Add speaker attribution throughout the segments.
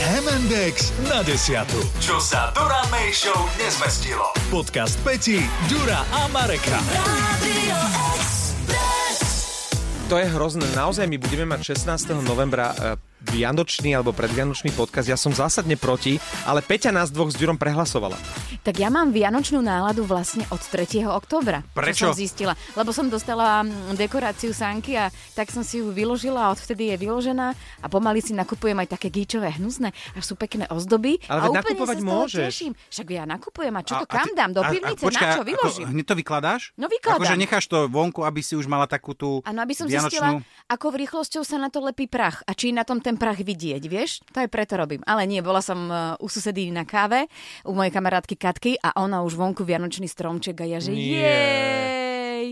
Speaker 1: Index na desiatu. Čo sa Dura May Show nezmestilo. Podcast Peti, Dura a Mareka.
Speaker 2: To je hrozné. Naozaj my budeme mať 16. novembra e, vianočný alebo predvianočný podcast. Ja som zásadne proti, ale Peťa nás dvoch s Ďurom prehlasovala.
Speaker 3: Tak ja mám vianočnú náladu vlastne od 3. októbra.
Speaker 2: Prečo?
Speaker 3: Čo som zistila. Lebo som dostala mm, dekoráciu sánky a tak som si ju vyložila a odvtedy je vyložená a pomaly si nakupujem aj také gíčové hnusné a sú pekné ozdoby.
Speaker 2: Ale veď
Speaker 3: a úplne
Speaker 2: nakupovať
Speaker 3: sa z toho
Speaker 2: môžeš.
Speaker 3: Teším. Však ja nakupujem a čo
Speaker 4: A-
Speaker 3: to
Speaker 4: a
Speaker 3: kam
Speaker 4: ty-
Speaker 3: dám? Do
Speaker 4: a- a
Speaker 3: pivnice?
Speaker 4: počkaj,
Speaker 3: na čo? Vyložím.
Speaker 4: Ako, hneď to vykladáš?
Speaker 3: No, vykladám.
Speaker 4: Akože necháš to vonku, aby si už mala takú tú
Speaker 3: Áno, no, aby som
Speaker 4: vianočnú...
Speaker 3: zistila, ako rýchlosťou sa na to lepí prach a či je na tom ten prach vidieť, vieš? To aj preto robím. Ale nie, bola som e, u susedí na káve, u mojej kamarátky Katky a ona už vonku vianočný stromček a ja že
Speaker 2: Nie.
Speaker 3: jej.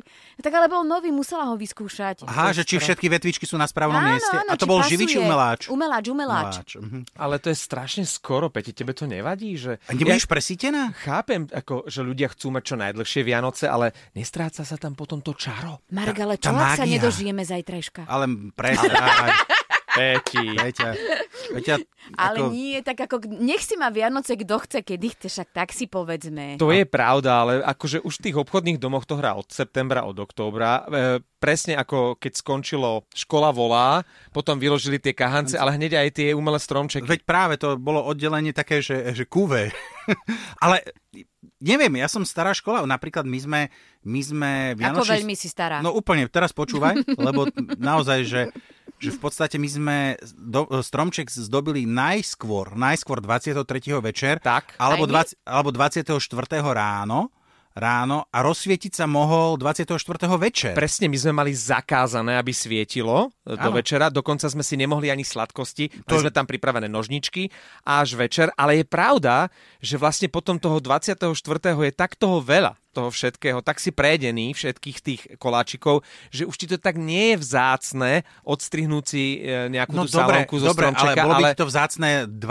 Speaker 3: Tak ale bol nový, musela ho vyskúšať.
Speaker 4: Aha, že či všetky vetvičky sú na správnom mieste. a to
Speaker 3: či
Speaker 4: bol
Speaker 3: pasuje.
Speaker 4: živý či umeláč?
Speaker 3: Umeláč, umeláč.
Speaker 4: Umeláč, mhm.
Speaker 2: Ale to je strašne skoro, Peti. Tebe to nevadí? Že...
Speaker 4: A nebudeš presítená?
Speaker 2: Chápem, ako, že ľudia chcú mať čo najdlhšie Vianoce, ale nestráca sa tam potom to čaro.
Speaker 3: Mark, ale
Speaker 4: tá
Speaker 3: čo, ak sa
Speaker 4: mágia.
Speaker 3: nedožijeme zajtrajška?
Speaker 4: Ale prestávaj.
Speaker 2: Peti.
Speaker 4: Peťa, Peťa,
Speaker 3: Ale
Speaker 4: ako...
Speaker 3: nie, tak ako, nech si má Vianoce, kto chce, kedy chce, však tak si povedzme.
Speaker 2: To je pravda, ale akože už v tých obchodných domoch to hrá od septembra, od októbra. E, presne ako keď skončilo škola volá, potom vyložili tie kahance, ale hneď aj tie umelé stromčeky.
Speaker 4: Veď práve to bolo oddelenie také, že, že kuve. Ale neviem, ja som stará škola, napríklad my sme, my sme
Speaker 3: Ako
Speaker 4: Vianočný-
Speaker 3: veľmi si stará.
Speaker 4: No úplne, teraz počúvaj, lebo naozaj, že, že v podstate my sme do, stromček zdobili najskôr, najskôr 23. večer,
Speaker 2: Tak.
Speaker 4: alebo,
Speaker 3: Aj my?
Speaker 4: 20, alebo 24. ráno, ráno a rozsvietiť sa mohol 24. večer.
Speaker 2: Presne, my sme mali zakázané, aby svietilo e, do
Speaker 4: Áno.
Speaker 2: večera, dokonca sme si nemohli ani sladkosti, to... sme tam pripravené nožničky až večer, ale je pravda, že vlastne potom toho 24. je tak toho veľa, toho všetkého, tak si prejedený všetkých tých koláčikov, že už ti to tak nie je vzácne odstrihnúť si e, nejakú
Speaker 4: No
Speaker 2: tú salónku zo
Speaker 4: dobre, ale
Speaker 2: stromčeka,
Speaker 4: bolo by
Speaker 2: ale...
Speaker 4: ti to vzácne 12.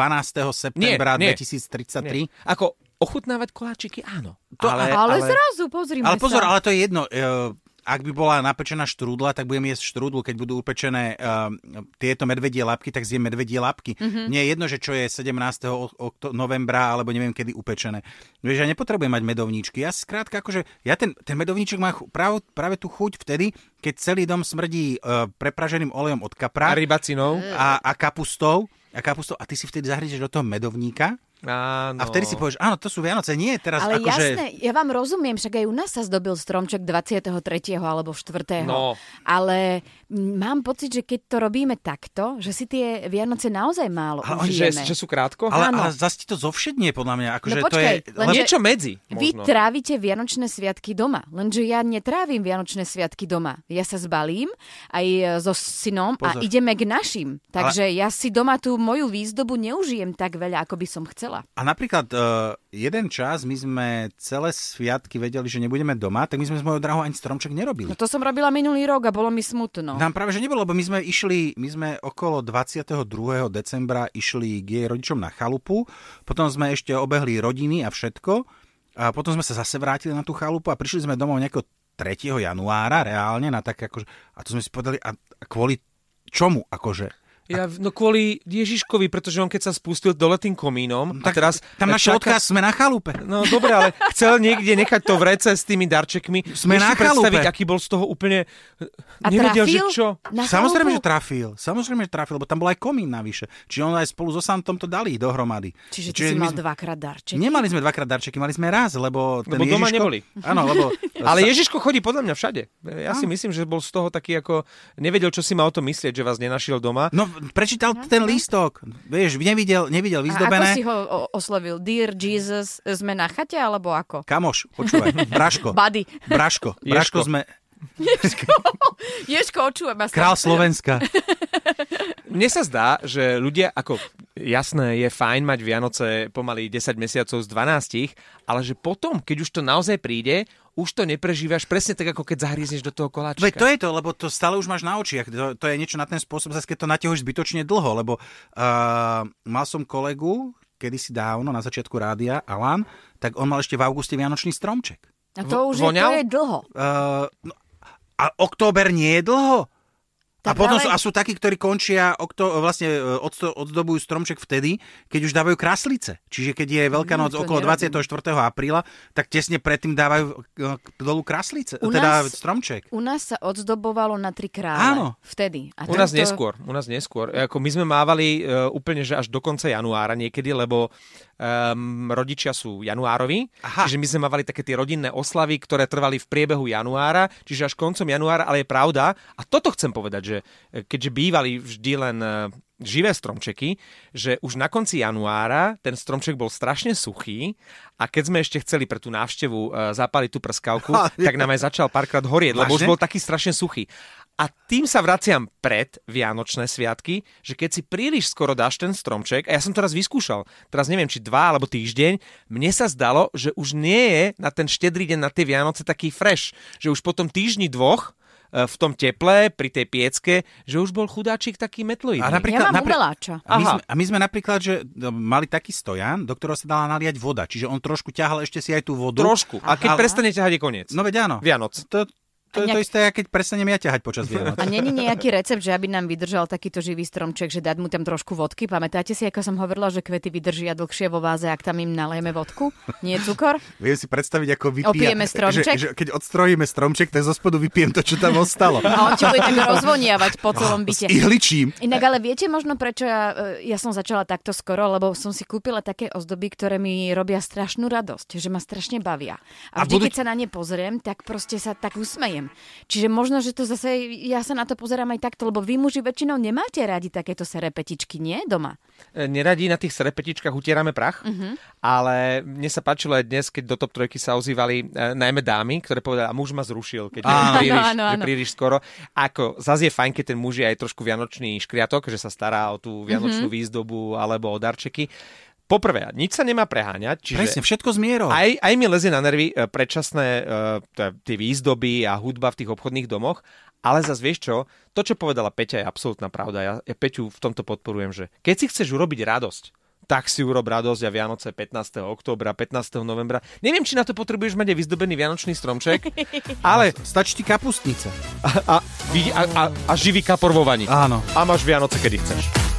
Speaker 4: septembra 2033.
Speaker 2: Ako ochutnávať koláčiky, áno.
Speaker 4: To-
Speaker 2: ale,
Speaker 3: ale, zrazu, pozri
Speaker 4: Ale pozor, ale to je jedno. e, Ak by bola napečená štrúdla, tak budem jesť štrúdlu. Keď budú upečené uh, tieto medvedie labky, tak zjem medvedie labky.
Speaker 3: Mhm.
Speaker 4: Mm-hmm. Mne je jedno, že čo je 17. o- okto- novembra, alebo neviem kedy upečené. Vieš, ja nepotrebujem mať medovníčky. Ja skrátka, akože, ja ten, ten medovníček má chu- práv, práve tú chuť vtedy, keď celý dom smrdí uh, prepraženým olejom
Speaker 2: A
Speaker 4: od kapra
Speaker 2: rybacinou?
Speaker 4: a, a kapustou. A kapustou. A ty si vtedy zahrieš do toho medovníka
Speaker 2: Áno.
Speaker 4: a vtedy si
Speaker 2: No.
Speaker 4: povieš, áno, to sú Vianoce, nie je teraz
Speaker 3: Ale
Speaker 4: akože...
Speaker 3: jasné, ja vám rozumiem, však aj u nás sa zdobil stromček 23. alebo 4.
Speaker 2: No.
Speaker 3: Ale m, mám pocit, že keď to robíme takto, že si tie Vianoce naozaj málo
Speaker 2: Ale oni, že,
Speaker 3: užijeme.
Speaker 2: že sú krátko?
Speaker 4: Ale,
Speaker 3: Áno.
Speaker 4: ale zase ti to zovšednie, podľa mňa. Akože
Speaker 3: No
Speaker 4: to je,
Speaker 3: počkej, len
Speaker 4: lebo-
Speaker 3: že-
Speaker 2: Niečo medzi.
Speaker 3: Vy trávite Vianočné sviatky doma, lenže ja netrávim Vianočné sviatky doma. Ja sa zbalím aj e, so synom a
Speaker 4: Pozor.
Speaker 3: ideme k našim. Takže ja si doma tú moju výzdobu neužijem tak veľa, ako by som chcela.
Speaker 4: A napríklad uh, jeden čas my sme celé sviatky vedeli, že nebudeme doma, tak my sme s mojou drahou ani stromček nerobili.
Speaker 3: No to som robila minulý rok a bolo mi smutno.
Speaker 4: Nám práve, že nebolo, lebo my sme išli, my sme okolo 22. decembra išli k jej rodičom na chalupu, potom sme ešte obehli rodiny a všetko, a potom sme sa zase vrátili na tú chalupu a prišli sme domov nejakého 3. januára reálne na tak akože, a tu sme si povedali, a a kvôli čomu akože?
Speaker 2: Ja, no kvôli Ježiškovi, pretože on keď sa spustil dole tým komínom, tak, a teraz...
Speaker 4: Mm, tam našiel
Speaker 2: čaká-
Speaker 4: odkaz, sme na chalupe.
Speaker 2: No dobre, ale chcel niekde nechať to v rece s tými darčekmi.
Speaker 4: Sme
Speaker 2: Vieš
Speaker 4: na
Speaker 2: si predstaviť,
Speaker 4: chalupe.
Speaker 2: aký bol z toho úplne... e,
Speaker 3: A
Speaker 2: Nevedel, že
Speaker 3: trafil
Speaker 2: čo.
Speaker 3: Na
Speaker 4: samozrejme,
Speaker 3: chalupu?
Speaker 4: že trafil. Samozrejme, že trafil, lebo tam bol aj komín navyše. Čiže on aj spolu so Santom to dali dohromady.
Speaker 3: Čiže ty si mal
Speaker 4: my sme-
Speaker 3: dvakrát darček.
Speaker 4: Nemali sme dvakrát darčeky, mali sme raz, lebo ten
Speaker 2: Lebo doma
Speaker 4: Ježiško...
Speaker 2: neboli.
Speaker 4: Áno, lebo...
Speaker 2: Ale Ježiško chodí podľa mňa všade. Ja si myslím, že bol z toho taký ako... Nevedel, čo si má o tom myslieť, že vás nenašiel doma.
Speaker 4: No, prečítal ten lístok. Vieš, nevidel,
Speaker 3: A
Speaker 4: nevidel
Speaker 3: ako si
Speaker 4: vyzdobené.
Speaker 3: ho o- oslovil? Dear Jesus, sme na chate alebo ako?
Speaker 4: Kamoš, počúvaj, Braško.
Speaker 3: Buddy.
Speaker 4: Braško,
Speaker 2: Ježko.
Speaker 4: Braško sme...
Speaker 3: Ježko, očujem vás.
Speaker 4: Král Slovenska.
Speaker 2: Mne sa zdá, že ľudia, ako jasné, je fajn mať Vianoce pomaly 10 mesiacov z 12, ale že potom, keď už to naozaj príde, už to neprežívaš presne tak, ako keď zahrízneš do toho koláčka.
Speaker 4: Veď to je to, lebo to stále už máš na očiach. To, to je niečo na ten spôsob, zase keď to natiahuješ zbytočne dlho, lebo uh, mal som kolegu, kedysi dávno, na začiatku rádia, Alan, tak on mal ešte v auguste Vianočný stromček.
Speaker 3: A No to už je, to
Speaker 2: Voňal?
Speaker 3: je dlho.
Speaker 4: Uh, no, a október nie je dlho? A, potom, sú- a sú takí, ktorí končia, okto, vlastne e, odsto, oddobujú stromček vtedy, keď už dávajú kraslice. Čiže keď je Veľká
Speaker 3: Mm,
Speaker 4: noc
Speaker 3: to
Speaker 4: okolo
Speaker 3: nerobím.
Speaker 4: 24. apríla, tak tesne predtým dávajú e, dolu kraslice,
Speaker 3: U
Speaker 4: teda
Speaker 3: nás-
Speaker 4: stromček.
Speaker 3: U nás sa odzdobovalo na tri krále.
Speaker 4: Áno.
Speaker 3: Vtedy. A
Speaker 2: U nás
Speaker 3: tento-
Speaker 2: neskôr, u nás neskôr. Ako my sme mávali uh, úplne, že až do konca januára niekedy, lebo um, rodičia sú januárovi,
Speaker 4: Aha.
Speaker 2: čiže my sme mávali také tie rodinné oslavy, ktoré trvali v priebehu januára, čiže až koncom januára, ale je pravda, a toto chcem povedať, že eh, keďže bývali vždy len eh, živé stromčeky, že už na konci januára ten stromček bol strašne suchý a keď sme ešte chceli pre tú návštevu eh, zapáliť tú prskavku, tak nám aj začal párkrát horieť, lebo už
Speaker 4: Vážne?
Speaker 2: bol taký strašne suchý. A tým sa vraciam pred Vianočné sviatky, že keď si príliš skoro dáš ten stromček, a ja som to raz vyskúšal, teraz neviem, či dva alebo týždeň, mne sa zdalo, že už nie je na ten štedrý deň, na tie Vianoce taký fresh, že už po tom týždni dvoch e, v tom teple, pri tej piecke, že už bol chudáčik taký metloidný.
Speaker 4: A
Speaker 3: Ja
Speaker 4: napríklad-
Speaker 3: mám
Speaker 4: napríklad-
Speaker 3: ubeláča.
Speaker 4: A my,
Speaker 2: Aha.
Speaker 4: sme, a my sme napríklad, že no, mali taký stojan, do ktorého sa dala naliať voda, čiže on trošku ťahal ešte si aj tú vodu.
Speaker 2: Trošku. A keď
Speaker 4: Ale-
Speaker 2: prestane ťahať, je koniec.
Speaker 4: No veď áno.
Speaker 2: Vianoc.
Speaker 4: To, to je to
Speaker 3: nejak-
Speaker 4: isté, keď prestanem ja ťahať počas Vianoc.
Speaker 3: A není nejaký recept, že aby nám vydržal takýto živý stromček, že dať mu tam trošku vodky? Pamätáte si, ako som hovorila, že kvety vydržia dlhšie vo váze, ak tam im nalejeme vodku? Nie cukor?
Speaker 4: Viem si predstaviť, ako vypíja...
Speaker 3: Opijeme stromček?
Speaker 4: Že, že keď odstrojíme stromček, tak zo spodu vypijem to, čo tam ostalo.
Speaker 3: A on ti bude tak rozvoniavať po celom byte.
Speaker 4: Ihličím.
Speaker 3: Inak ale viete možno, prečo ja, e, ja som začala takto skoro, lebo som si kúpila také ozdoby, ktoré mi robia strašnú radosť, že ma strašne bavia. A
Speaker 4: A
Speaker 3: vždy,
Speaker 4: budú-
Speaker 3: keď sa na ne pozriem, tak proste sa tak usmejem. Čiže možno, že to zase, ja sa na to pozerám aj takto, lebo vy muži väčšinou nemáte radi takéto serepetičky, nie? Doma.
Speaker 2: E, Neradi na tých srepetičkách utierame prach,
Speaker 3: Mhm.
Speaker 2: mm-hmm. ale mne sa páčilo aj dnes, keď do top trojky sa ozývali e, najmä dámy, ktoré povedali, a muž ma zrušil, keď je
Speaker 3: Áno.
Speaker 2: príliš,
Speaker 3: Áno, áno,
Speaker 2: Že
Speaker 3: áno.
Speaker 2: príliš skoro. Ako, zase je fajn, keď ten muž je aj trošku vianočný škriatok, že sa stará o tú
Speaker 3: Mhm.
Speaker 2: vianočnú mm-hmm. výzdobu alebo o darčeky. Poprvé, nič sa nemá preháňať, čiže
Speaker 4: Presne, všetko s mierou.
Speaker 2: aj, aj mi lezie na nervy e, predčasné e, t- tie výzdoby a hudba v tých obchodných domoch, ale zase vieš čo, to, čo povedala Peťa, je absolútna pravda. Ja, ja Peťu v tomto podporujem, že keď si chceš urobiť radosť, tak si urob radosť a Vianoce 15. októbra, 15. novembra. Neviem, či na to potrebuješ mať aj vyzdobený vianočný stromček, ale
Speaker 4: Stačí ti kapustnica.
Speaker 2: a, vidí- a, a, a živý kapor vo vani.
Speaker 4: Áno.
Speaker 2: A máš Vianoce, kedy chceš.